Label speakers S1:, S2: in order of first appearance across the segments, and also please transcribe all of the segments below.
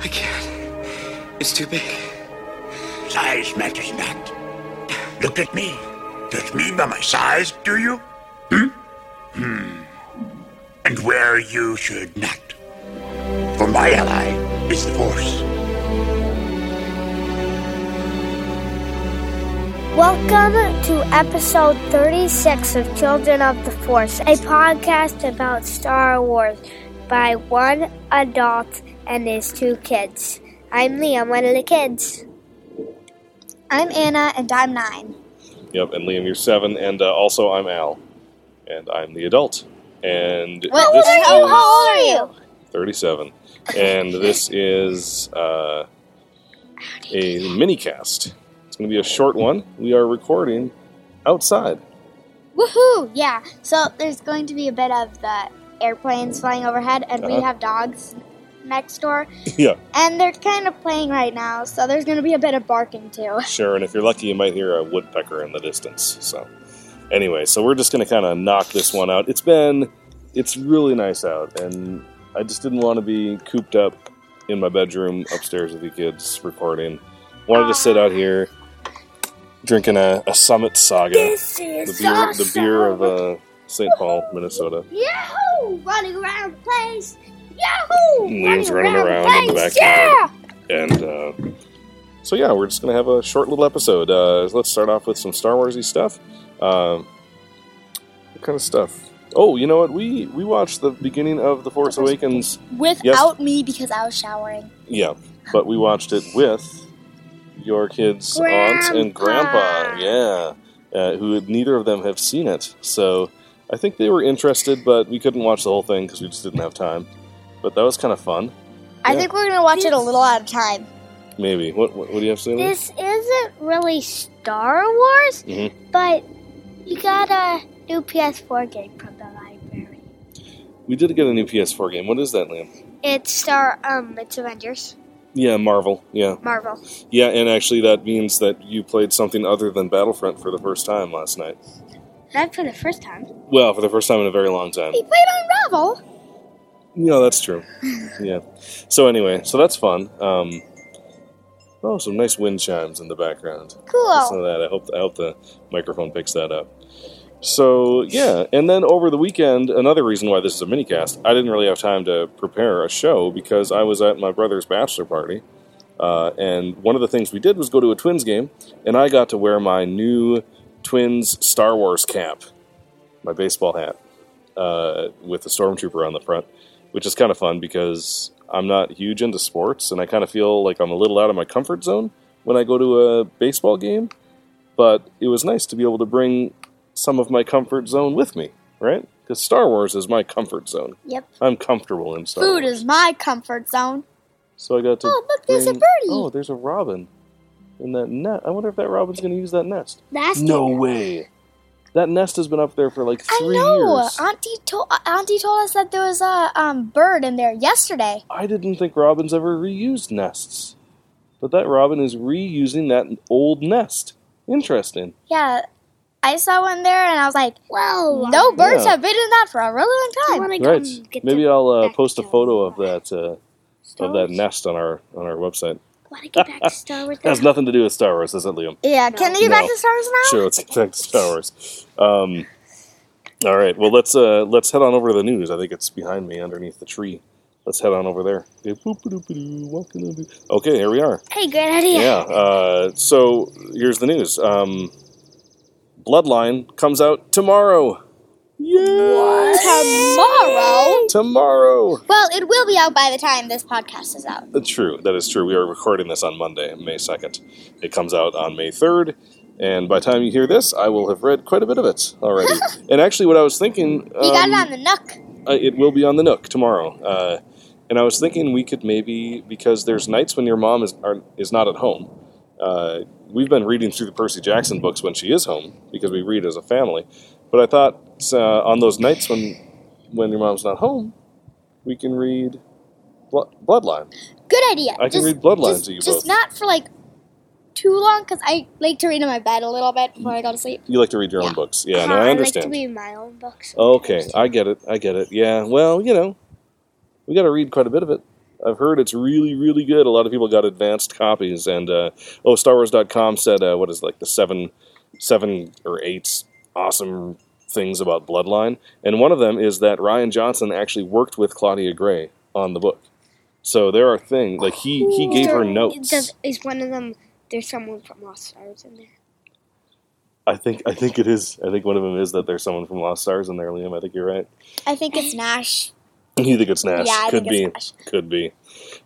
S1: I can't. It's too big.
S2: Size matters not. Look at me. Judge me by my size, do you? Hmm? Hmm. And where you should not. For my ally is the Force.
S3: Welcome to episode 36 of Children of the Force, a podcast about Star Wars by one adult and his two kids. I'm Liam, one of the kids.
S4: I'm Anna, and I'm nine.
S5: Yep, and Liam, you're seven, and uh, also I'm Al, and I'm the adult, and
S4: What was
S5: this is
S4: I?
S3: How old are you?
S5: thirty-seven, and this is uh, a mini cast. It's going to be a short one. We are recording outside.
S4: Woohoo! Yeah. So there's going to be a bit of the airplanes flying overhead, and we
S5: Uh-huh.
S4: have dogs next door,
S5: yeah,
S4: and they're kind of playing right now. So there's going to be a bit of barking too.
S5: sure. And if you're lucky, you might hear a woodpecker in the distance. So, anyway, so we're just going to kind of knock this one out. It's been, it's really nice out, and I just didn't want to be cooped up in my bedroom upstairs with the kids recording. Wanted to sit out here drinking a, a Summit Saga,
S3: This
S5: the
S3: is
S5: beer, the beer of uh, St. Paul, Minnesota.
S4: Yahoo! Running around the place. Yahoo!
S5: Liam's running around in the backyard. And uh, so, yeah, we're just going to have a short little episode. Uh, let's start off with some Star Warsy stuff. Um, what kind of stuff? Oh, you know what? We we watched the beginning of The Force Awakens.
S4: Without me because I was showering.
S5: Yeah, but we watched it with your kids' aunts and grandpa.
S4: Grandpa.
S5: Yeah, uh, who neither of them have seen it. So I think they were interested, but we couldn't watch the whole thing because we just didn't have time. But that was kind of fun.
S4: I
S5: Yeah.
S4: think we're gonna watch it a little at a time.
S5: Maybe. What what, what do you have to say? Liam?
S3: This isn't really Star Wars,
S5: Mhm.
S3: but you got a new PS4 game from the library.
S5: We did get a new PS4 game. What is that, Liam?
S3: It's Star, um, it's Avengers,
S5: Yeah, Marvel. Yeah.
S3: Marvel.
S5: Yeah, and actually, that means that you played something other than Battlefront for the first time last night.
S3: Not for the first time.
S5: Well, for the first time in a very long time.
S4: He played on Revel.
S5: Yeah, that's true. Yeah. So, anyway, so that's fun. Um, oh, some nice wind chimes in the background. Listen to
S4: Cool.
S5: that. I hope, I hope the microphone picks that up. So, yeah, and then over the weekend, another reason why this is a minicast, I didn't really have time to prepare a show because I was at my brother's bachelor party. Uh, and one of the things we did was go to a Twins game, and I got to wear my new Twins Star Wars cap, my baseball hat, uh, with the Stormtrooper on the front, which is kind of fun because I'm not huge into sports, and I kind of feel like I'm a little out of my comfort zone when I go to a baseball game. But it was nice to be able to bring some of my comfort zone with me, right? Because Star Wars is my comfort zone.
S4: Yep.
S5: I'm comfortable in Star
S4: Food
S5: Wars.
S4: is my comfort zone.
S5: So I got to.
S4: Oh, look, there's a
S5: bring-
S4: birdie.
S5: Oh, there's a robin in that net. I wonder if that robin's going to use that nest.
S3: Last
S5: No way. That nest has been up there for like
S4: I
S5: three
S4: know.
S5: years.
S4: Auntie told Auntie told us that there was a um, bird in there yesterday.
S5: I didn't think robins ever reused nests. But that robin is reusing that old nest. Interesting.
S4: Yeah, I saw one there, and I was like,
S3: Whoa!
S4: "No birds
S5: Yeah.
S4: have been in that for a really
S3: I
S4: long time."
S3: wanna go
S5: right.
S3: and get
S5: Maybe
S3: the
S5: I'll uh,
S3: back
S5: post a
S3: door.
S5: photo of that uh,
S3: Star
S5: of that
S3: Wars.
S5: nest on our on our website.
S3: Want to get back to Star Wars?
S5: It has nothing to do with Star Wars, does it, Liam?
S4: Yeah, can they get
S5: No.
S4: back to Star Wars now?
S5: Sure, let's get back to Star Wars. Um, all right, well let's uh, let's head on over to the news. I think it's behind me, underneath the tree. Let's head on over there. Walking over- Okay, here we are.
S3: Hey, great idea.
S5: Yeah. Uh, so here's the news. Um, Bloodline comes out tomorrow.
S4: Tomorrow.
S5: Tomorrow.
S4: Well, it will be out by the time this podcast is out.
S5: That's true. That is true. We are recording this on Monday, May second. It comes out on May third. And by the time you hear this, I will have read quite a bit of it already. and actually, what I was thinking,
S4: We got it
S5: um,
S4: on the Nook.
S5: uh, it will be on the Nook tomorrow. Uh, and I was thinking we could maybe because there's nights when your mom is are, is not at home. Uh, we've been reading through the Percy Jackson books when she is home because we read as a family. But I thought uh, on those nights when when your mom's not home, we can read Blo- Bloodline.
S4: Good idea.
S5: I can read Bloodlines
S4: just,
S5: to you
S4: Just
S5: both.
S4: not for like too long, because I like to read in my bed a little bit before I go to sleep.
S5: You like to read your own
S4: Yeah.
S5: books, yeah? No,
S3: Uh-huh,
S5: I
S3: I
S5: understand.
S3: like to read my own books.
S5: okay, I get it. I get it. Yeah. Well, you know, we got to read quite a bit of it. I've heard it's really, really good. A lot of people got advanced copies, and uh, oh, StarWars.com said uh, what is it, like the seven, seven or eight awesome things about Bloodline, and one of them is that Ryan Johnson actually worked with Claudia Gray on the book. So there are things like he he
S4: Oh,
S5: gave her notes.
S3: Does, is one of them? There's someone from Lost Stars in there.
S5: I think I think it is. I think one of them is that there's someone from Lost Stars in there, Liam. I think you're right.
S4: I think it's Nash.
S5: You think it's Nash?
S4: Yeah, I
S5: Could
S4: think
S5: be.
S4: it's Nash.
S5: Could be.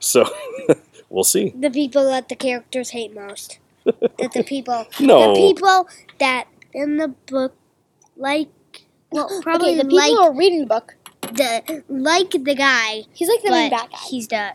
S5: So we'll see.
S3: The people that the characters hate most. that the people,
S5: No.
S3: the people that in the book like, well, probably
S4: okay, the people
S3: like
S4: who are reading the book.
S3: the like the guy,
S4: He's like the main
S3: but
S4: bad guy.
S3: he's the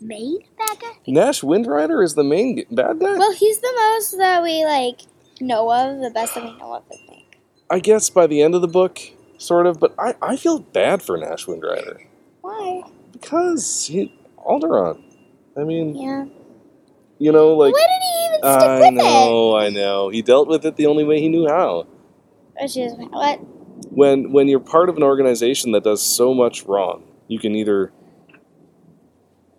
S3: main bad guy.
S5: Nash Windrider is the main g- bad guy.
S4: Well, he's the most that we like know of, the best that we know of, I think.
S5: I guess by the end of the book, sort of. But I, I feel bad for Nash Windrider
S4: Why?
S5: because he Alderaan. I mean,
S4: Yeah.
S5: you know, like
S4: Why did he even stick
S5: I
S4: with
S5: know, I know. He dealt with it the only way he knew how.
S4: it? Which is what?
S5: When when you're part of an organization that does so much wrong, you can either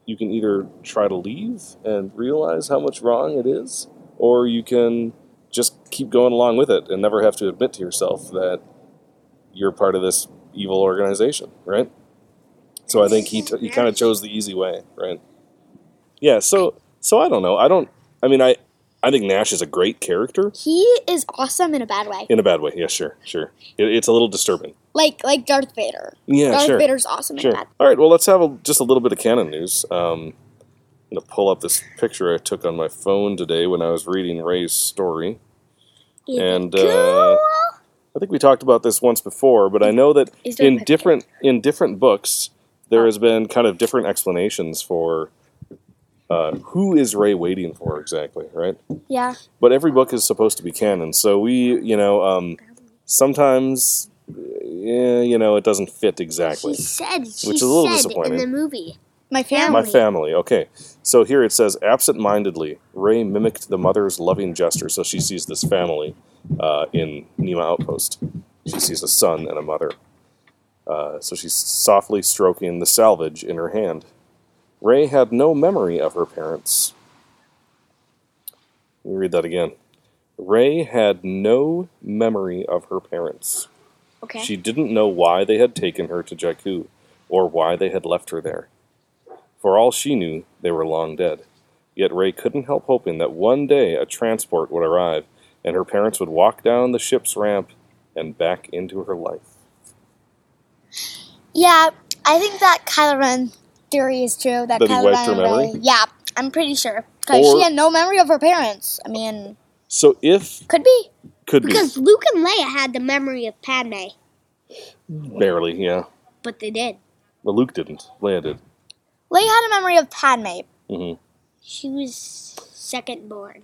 S5: you can either try to leave and realize how much wrong it is, or you can just keep going along with it and never have to admit to yourself that you're part of this evil organization, right? So I think he t- he kind of chose the easy way, right? Yeah. So so I don't know. I don't. I mean, I I think Nash is a great character
S4: He is awesome in a bad way.
S5: in a bad way. Yeah, sure, sure. It, it's a little disturbing.
S4: Like like Darth Vader.
S5: Yeah,
S4: Darth
S5: sure,
S4: Vader's awesome
S5: sure.
S4: in a bad
S5: All right. Well, let's have a, just a little bit of canon news. Um, I'm gonna pull up this picture I took on my phone today when I was reading Ray's story, and uh, I think we talked about this once before, but I know that
S3: Is there a Oh.
S5: in
S3: picture?
S5: different in different books there has been kind of different explanations for. Uh, who is Ray waiting for exactly, right?
S4: Yeah.
S5: but every book is supposed to be canon. So we, you know, um, sometimes, eh, you know, it doesn't fit exactly.
S3: She said, she
S5: Which is a little
S3: said
S5: disappointing.
S3: in the movie.
S4: My
S5: My
S4: family.
S5: family. Okay. So here it says, absent-mindedly, Ray mimicked the mother's loving gesture. So she sees this family uh, in Nima Outpost. She sees a son and a mother. Uh, so she's softly stroking the salvage in her hand. Ray had no memory of her parents. Let me read that again. Ray had no memory of her parents.
S4: Okay.
S5: She didn't know why they had taken her to Jakku or why they had left her there. For all she knew, they were long dead. Yet Ray couldn't help hoping that one day a transport would arrive and her parents would walk down the ship's ramp and back into her life.
S4: Yeah, I think that Kylo Ren theory is true. That,
S5: That he
S4: Kylo Ren
S5: wiped her memory?
S4: really- yeah, I'm pretty sure because
S5: Or-
S4: she had no memory of her parents. I mean,
S5: So if
S4: could be.
S5: could
S3: Because Luke and Leia had the memory of Padme,
S5: be barely, yeah.
S3: but they did.
S5: But Luke didn't. Leia did.
S4: Leia had a memory of Padme.
S5: hmm
S3: She was second born.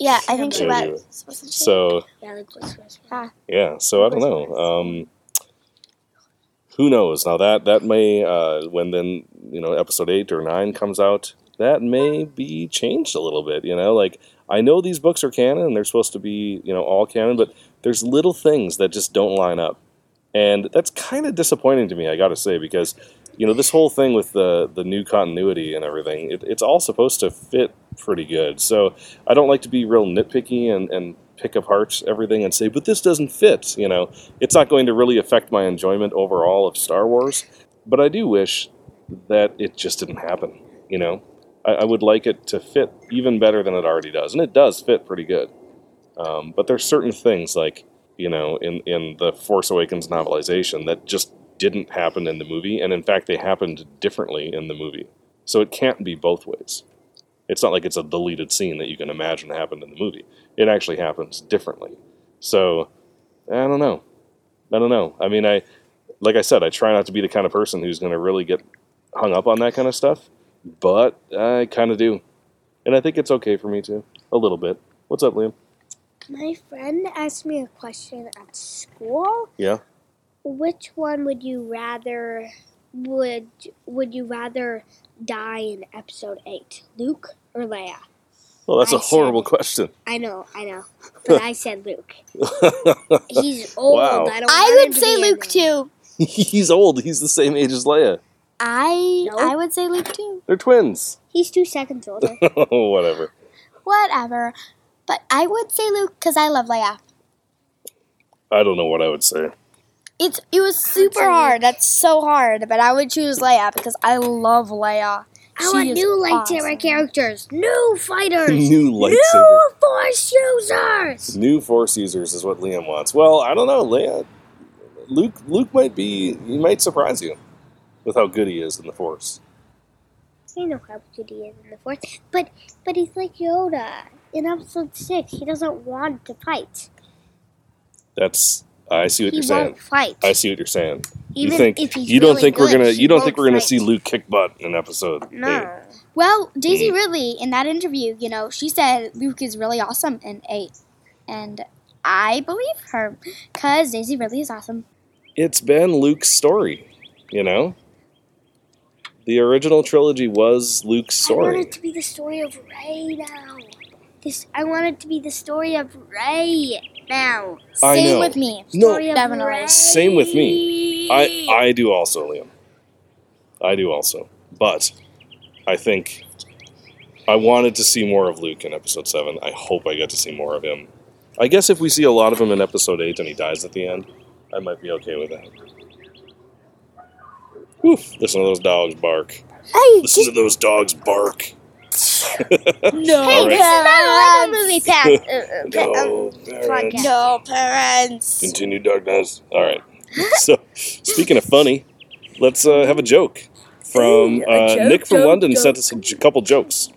S4: Yeah, I think she
S5: Yeah, you-
S4: was. Wasn't she?
S5: So
S3: Yeah, Luke was first.
S4: Ah.
S5: Yeah, so I don't know. Um, who knows? Now that that may uh, when then you know episode eight or nine comes out, that may be changed a little bit. You know, like I know these books are canon and they're supposed to be you know all canon, but there's little things that just don't line up, and that's kind of disappointing to me. I got to say because you know this whole thing with the the new continuity and everything, it, it's all supposed to fit pretty good. So I don't like to be real nitpicky and, and pick apart everything and say, but this doesn't fit. You know, it's not going to really affect my enjoyment overall of Star Wars. But I do wish that it just didn't happen. You know, I, I would like it to fit even better than it already does, and it does fit pretty good. Um, but there's certain things like you know in in the Force Awakens novelization that just didn't happen in the movie, and in fact they happened differently in the movie. So it can't be both ways. It's not like it's a deleted scene that you can imagine happened in the movie. It actually happens differently. So I don't know. I don't know. I mean, I like I said, I try not to be the kind of person who's going to really get hung up on that kind of stuff, but I kind of do, and I think it's okay for me to a little bit. What's up, Liam?
S3: My friend asked me a question at school.
S5: Yeah.
S3: Which one would you rather would would you rather die in episode eight, Luke or Leia?
S5: Well, Oh, that's a
S3: I said-
S5: horrible question.
S3: I know, I know, but I said Luke. He's old.
S5: Wow.
S3: I don't. want
S4: I
S3: him
S4: would
S3: to
S4: say
S3: be in
S4: Luke
S3: there.
S4: too.
S5: He's old. He's the same age as Leia.
S4: I
S3: Nope.
S4: I would say Luke too.
S5: They're twins.
S3: He's two seconds older.
S5: Oh, Whatever.
S4: Whatever. But I would say Luke because I love Leia.
S5: I don't know what I would say.
S4: It's it was super
S3: say Luke.
S4: hard. That's so hard. But I would choose Leia because I love Leia.
S3: I want
S4: is
S3: new lightsaber
S4: awesome.
S3: characters, new fighters,
S5: New lightsaber.
S3: new force users.
S5: New Force users is what Liam wants. Well, I don't know, Leia. Luke, Luke might be. He might surprise you with how good he is in the Force.
S3: I know how good he is in the force, but but he's like Yoda in Episode Six. He doesn't want to fight.
S5: That's. I see what
S3: He
S5: you're
S3: won't
S5: saying.
S3: fight.
S5: I see what you're saying.
S3: Even
S5: you think
S3: if he's
S5: you don't
S3: really
S5: think we're
S3: good,
S5: gonna
S3: he
S5: you don't
S3: won't
S5: think we're gonna
S3: fight.
S5: see Luke kick butt in episode. eight.
S3: No.
S4: Well,
S5: Mm.
S4: Daisy Ridley in that interview, you know, she said Luke is really awesome in eight, and I believe her because Daisy Ridley is awesome.
S5: it's been Luke's story, you know? The original trilogy was Luke's
S3: I want
S5: story.
S3: it to be the story of Ray now. This I want it to be the story of Ray now.
S5: I
S4: Same
S5: know.
S4: with me.
S5: No.
S3: Story of
S4: Definitely.
S3: Rey.
S5: Same with me. I, I do also, Liam. I do also. But I think I wanted to see more of Luke in episode 7. I hope I get to see more of him. I guess if we see a lot of him in episode 8 and he dies at the end, I might be okay with that. Woof. Listen to those dogs bark.
S4: Hey,
S5: Listen to those dogs bark.
S4: no,
S5: All right.
S3: I like a movie pass. Uh, uh,
S5: No.
S4: um,
S5: All right.
S3: podcast.
S4: no parents.
S5: Continue darkness. All right. So, speaking of funny, let's uh, have a joke from uh, Nick from London. Sent us a j- couple jokes.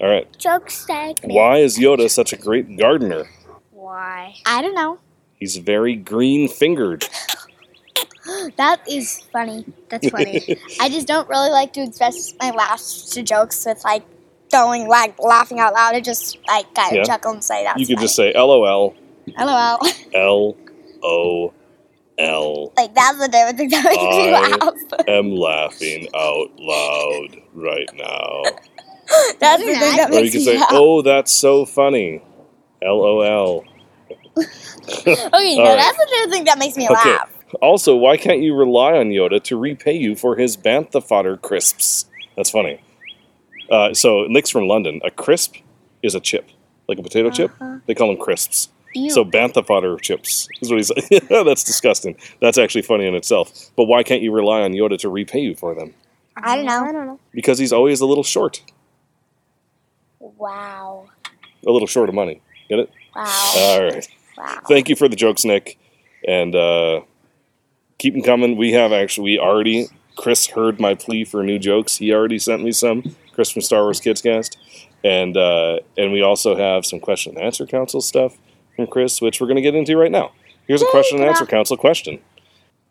S5: All right.
S3: Joke segment.
S5: Why is Yoda such a great gardener?
S3: Why?
S4: I don't know.
S5: He's very green fingered.
S4: That is funny. That's funny. I just don't really like to express my laughs to jokes with like going like laughing out loud. I just like kind of
S5: Yeah.
S4: chuckle and say that.
S5: You could just say LOL,
S4: LOL.
S5: L O L.
S4: like that's the difference that makes me
S5: I-
S4: laugh.
S5: I'm laughing out loud right now.
S4: That's the thing that
S5: Or you
S4: makes
S5: could
S4: me
S5: say,
S4: laugh.
S5: oh, that's so funny. L O L.
S4: okay, no,
S5: "Oh, all right.
S4: that's the different thing that makes me
S5: Okay.
S4: laugh.
S5: Also, why can't you rely on Yoda to repay you for his bantha fodder crisps? That's funny. Uh, so Nick's from London. A crisp is a chip, like a potato chip. They call them crisps.
S4: Ew.
S5: So bantha fodder chips is what he's. That's disgusting. That's actually funny in itself. But why can't you rely on Yoda to repay you for them?
S4: I don't know.
S3: I don't know.
S5: Because he's always a little short,
S4: Wow.
S5: a little short of money. Get it?
S4: Wow.
S5: All right.
S4: wow.
S5: Thank you for the jokes, Nick, and uh, keep them coming. We have actually we already. Chris heard my plea for new jokes. He already sent me some. Chris from Star Wars Kids Cast, and uh, and we also have some question and answer council stuff from Chris, which we're going to get into right now. Here's a question and answer council question.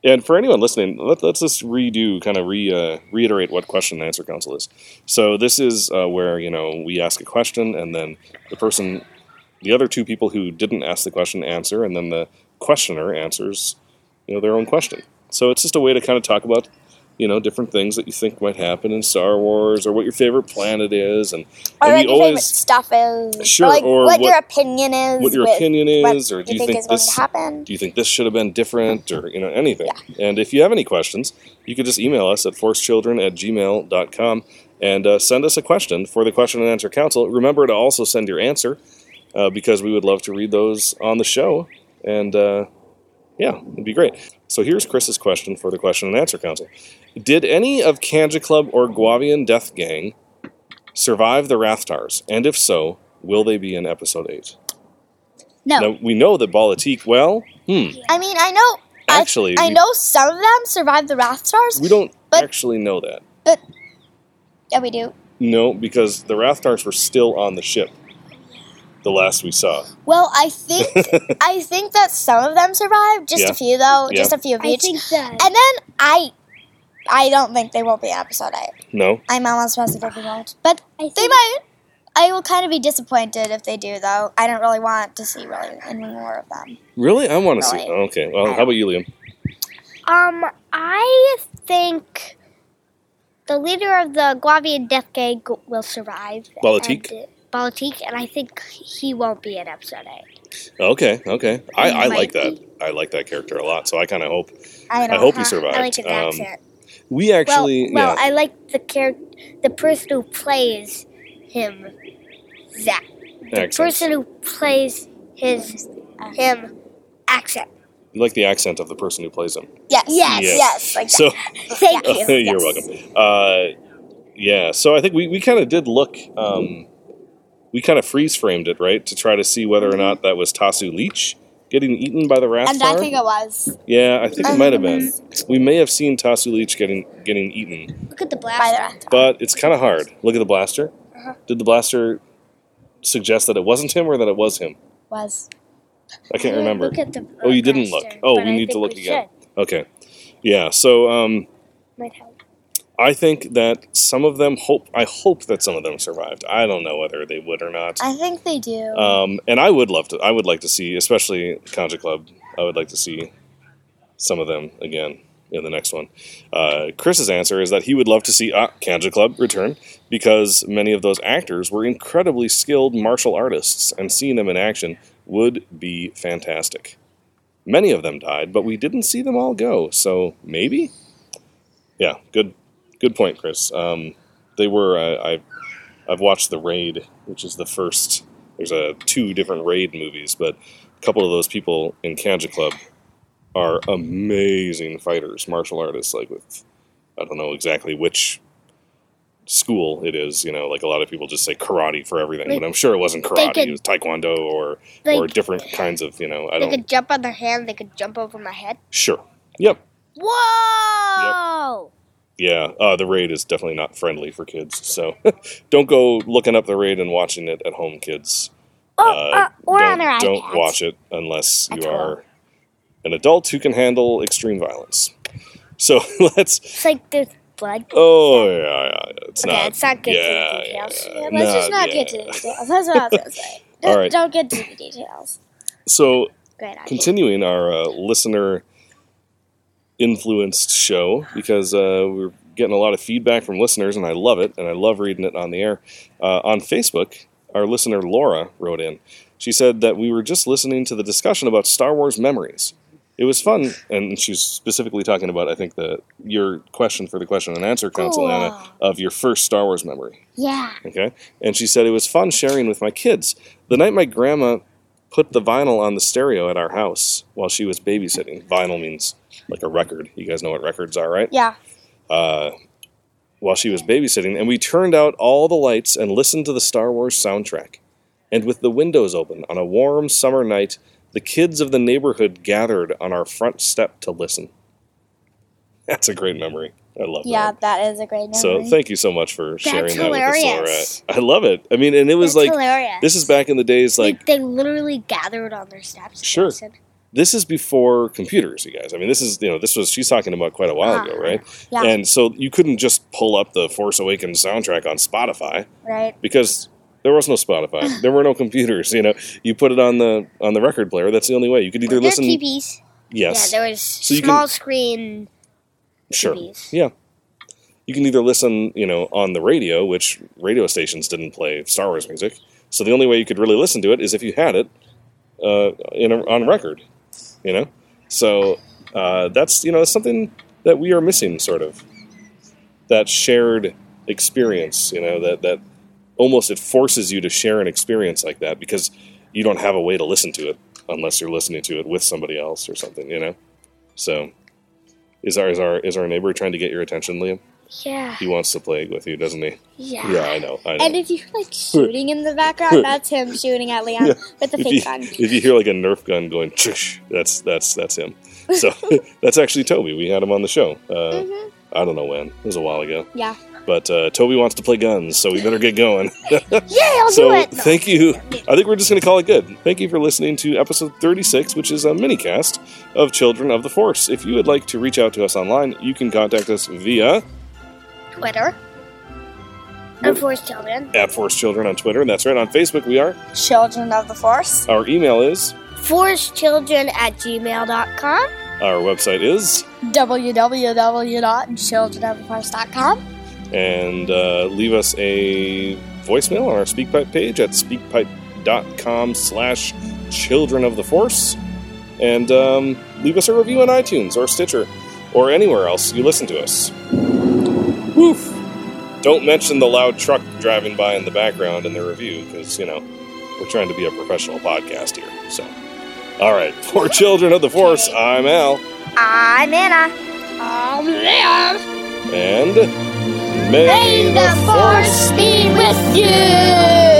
S5: And for anyone listening, let, let's just redo, kind of re, uh, reiterate what question and answer council is. So this is uh, where you know we ask a question, and then the person the other two people who didn't ask the question answer, and then the questioner answers, you know, their own question. So it's just a way to kind of talk about, you know, different things that you think might happen in Star Wars, or what your favorite planet is, and,
S4: Or
S5: and
S4: what
S5: you
S4: your favorite stuff is.
S5: Sure,
S4: Or, like,
S5: or
S4: what, your
S5: what-
S4: opinion is.
S5: what your
S4: with
S5: opinion
S4: what
S5: is, or do you,
S4: think,
S5: think,
S4: is going
S5: this
S4: to happen.
S5: do you think this should have been different or you know anything and if you have any questions you could just email us at forcechildren at gmail.com and uh, send us a question for the question and answer council remember to also send your answer uh, because we would love to read those on the show and uh, yeah it'd be great so here's chris's question for the question and answer council did any of kanja club or guavian death gang survive the rathtars and if so will they be in episode 8
S4: No.
S5: now we know that Balatik, well hmm
S4: I mean, I know. I-
S5: Actually,
S4: I,
S5: we-
S4: know some of them survived the Wrath Stars.
S5: We don't
S4: But-
S5: actually know that.
S4: yeah, we do.
S5: No, because the Rathtars were still on the ship the last we saw.
S4: Well, I think I think that some of them survived. Just
S5: Yeah.
S4: a few, though.
S5: Yeah.
S4: Just a few of
S3: I
S4: each.
S3: think that.
S4: and then I, I don't think they will be in episode eight.
S5: No?
S4: I'm almost positive they won't, but
S3: I think,
S4: they might. I will kind of be disappointed if they do, though. I don't really want to see really any more of them.
S5: Really? I want to see.
S4: Really?
S5: Okay, well, how about you, Liam?
S3: Um, I think the leader of the Guavian Death Gang g- will survive.
S5: Balatik?
S3: And, uh, Balatik, and I think he won't be in episode eight.
S5: Okay, okay. I, I
S4: Might
S5: like that. I like that character a lot. So I kind of hope
S4: I, don't
S5: I hope he
S4: know.
S5: survived.
S3: I like his
S5: Um,
S3: accent.
S5: we actually.
S3: well, well,
S5: yeah.
S3: I like the character, the person who plays him, Zach. The
S5: Accents.
S3: person who plays his him accent.
S5: you like the accent of the person who plays him.
S4: Yes.
S3: Yes.
S5: Yes.
S4: Yes. Like
S5: So
S3: Thank you.
S5: you're welcome. Uh, yeah. So I think we, we kind of did look. Um, we kind of freeze framed it right to try to see whether or not that was Tasu Leech getting eaten by the
S4: that. And I think
S5: Wrathfire.
S4: it was
S5: Yeah, I think it
S4: I
S5: might have
S4: think it
S5: been. We may have seen Tasu Leech getting getting eaten.
S3: Look at the
S4: by the
S3: blaster.
S4: Wrath.
S5: But it's kind of hard. Look at the blaster. Did the blaster suggest that it wasn't him or that it was him?
S4: Was
S5: I can't remember.
S3: Look at the
S5: Oh, you didn't look.
S3: blaster,
S5: Oh,
S3: but
S5: we
S3: I
S5: need to
S3: think
S5: look
S3: we
S5: again.
S3: should.
S5: Okay. Yeah. So um,
S3: Might help.
S5: I think that some of them hope. I hope that some of them survived. I don't know whether they would or not.
S4: I think they do.
S5: Um, and I would love to. I would like to see, especially Conja Club. I would like to see some of them again in the next one. Uh, Chris's answer is that he would love to see uh, Conja Club return because many of those actors were incredibly skilled martial artists, and seeing them in action would be fantastic. Many of them died, but we didn't see them all go. So maybe, yeah, good, good point, Chris. Um, they were. Uh, I, I've watched The Raid, which is the first there's uh, two different raid movies, but a couple of those people in Kanja Club are amazing fighters, martial artists. Like with, I don't know exactly which school it is. You know, like a lot of people just say karate for everything,
S3: Like,
S5: but I'm sure it wasn't
S3: they
S5: karate.
S3: could-
S5: it was taekwondo or
S3: Like,
S5: or different kinds of you know. I
S3: they
S5: don't
S3: could jump on their hand. They could jump over my head.
S5: sure. Yep.
S3: Whoa!
S5: Yeah, uh, the raid is definitely not friendly for kids. So don't go looking up the raid and watching it at home, kids.
S3: Oh,
S5: Uh,
S3: uh, or
S5: don't,
S3: on their iPads.
S5: don't watch it unless you
S3: That's
S5: are an adult who can handle extreme violence. So let's.
S3: It's like there's blood.
S5: Oh yeah, yeah, yeah, it's
S3: Okay,
S5: not.
S3: it's not good
S5: Uh, yeah,
S3: to the details.
S5: yeah,
S4: Yeah, let's just not
S5: yeah.
S4: get to the details. That's what I was gonna say.
S5: All
S4: Don't,
S5: right.
S4: don't get to the details.
S5: So
S4: Great idea.
S5: continuing our uh, listener influenced show because uh, we're getting a lot of feedback from listeners and I love it and I love reading it on the air. Uh, on Facebook, our listener Laura wrote in. She said that we were just listening to the discussion about Star Wars memories. It was fun, and she's specifically talking about I think the your question for the question and answer council,
S4: Cool.
S5: Anna, of your first Star Wars memory.
S4: Yeah.
S5: Okay. And she said it was fun sharing with my kids. The night my grandma put the vinyl on the stereo at our house while she was babysitting. Vinyl means like a record. You guys know what records are, right?
S4: Yeah.
S5: Uh, while she was babysitting, and we turned out all the lights and listened to the Star Wars soundtrack. And with the windows open on a warm summer night, the kids of the neighborhood gathered on our front step to listen. That's a great memory. I love that.
S4: Yeah, that is a great memory.
S5: So thank you so much for sharing that with us,
S3: hilarious.
S5: Laura. I love it. I mean, and it was
S3: That's
S5: like
S3: hilarious.
S5: this is back in the days. Like
S3: they literally gathered on their steps.
S5: Sure.
S3: Jackson.
S5: this is before computers, you guys. I mean, this is you know this was she's talking about quite a while ago, right?
S4: yeah.
S5: And so you couldn't just pull up the Force Awakens soundtrack on Spotify
S4: Right.
S5: because there was no Spotify. there were no computers. You know, you put it on the on the record player. That's the only way you could either
S3: They're
S5: listen.
S3: TVs.
S5: Yes,
S3: Yeah, there was
S5: you can-
S3: small screen.
S5: sure.
S3: TVs.
S5: Yeah. You can either listen, you know, on the radio, which radio stations didn't play Star Wars music. So the only way you could really listen to it is if you had it uh, in a, on record, you know. So uh, that's you know that's something that we are missing, sort of that shared experience. You know that that almost it forces you to share an experience like that because you don't have a way to listen to it unless you're listening to it with somebody else or something. You know, so. Is our is our is our neighbor trying to get your attention, Liam?
S3: Yeah.
S5: He wants to play with you, doesn't he?
S3: Yeah.
S5: Yeah, I know. I know.
S4: And if you like shooting in the background, that's him shooting at Leon
S5: Yeah.
S4: with the
S5: if,
S4: fake
S5: you,
S4: gun.
S5: if you hear like a Nerf gun going, Chish, that's that's that's him. So that's actually Toby. We had him on the show. Uh,
S4: Mhm.
S5: I don't know when. It was a while ago.
S4: Yeah.
S5: But uh, Toby wants to play guns, so we better get going.
S3: Yeah, I'll
S5: so
S3: do it. No.
S5: thank you. I think we're just going to call it good. Thank you for listening to episode 36, which is a minicast of Children of the Force. If you would like to reach out to us online, you can contact us via
S3: Twitter. And Force Children.
S5: at Force Children on Twitter. That's right. On Facebook, we are.
S4: Children of the Force.
S5: Our email is.
S3: Forcechildren at gmail.com.
S5: Our website is.
S4: www.childrenoftheforce.com.
S5: and uh, leave us a voicemail on our SpeakPipe page at speakpipe.com slash Children of the Force. And um, leave us a review on iTunes or Stitcher or anywhere else you listen to us. Woof! Don't mention the loud truck driving by in the background in the review because, you know, we're trying to be a professional podcast here. So, all right. For Children of the Force, I'm Al.
S3: I'm Anna.
S4: Oh, man.
S5: And may,
S4: May the force be with you.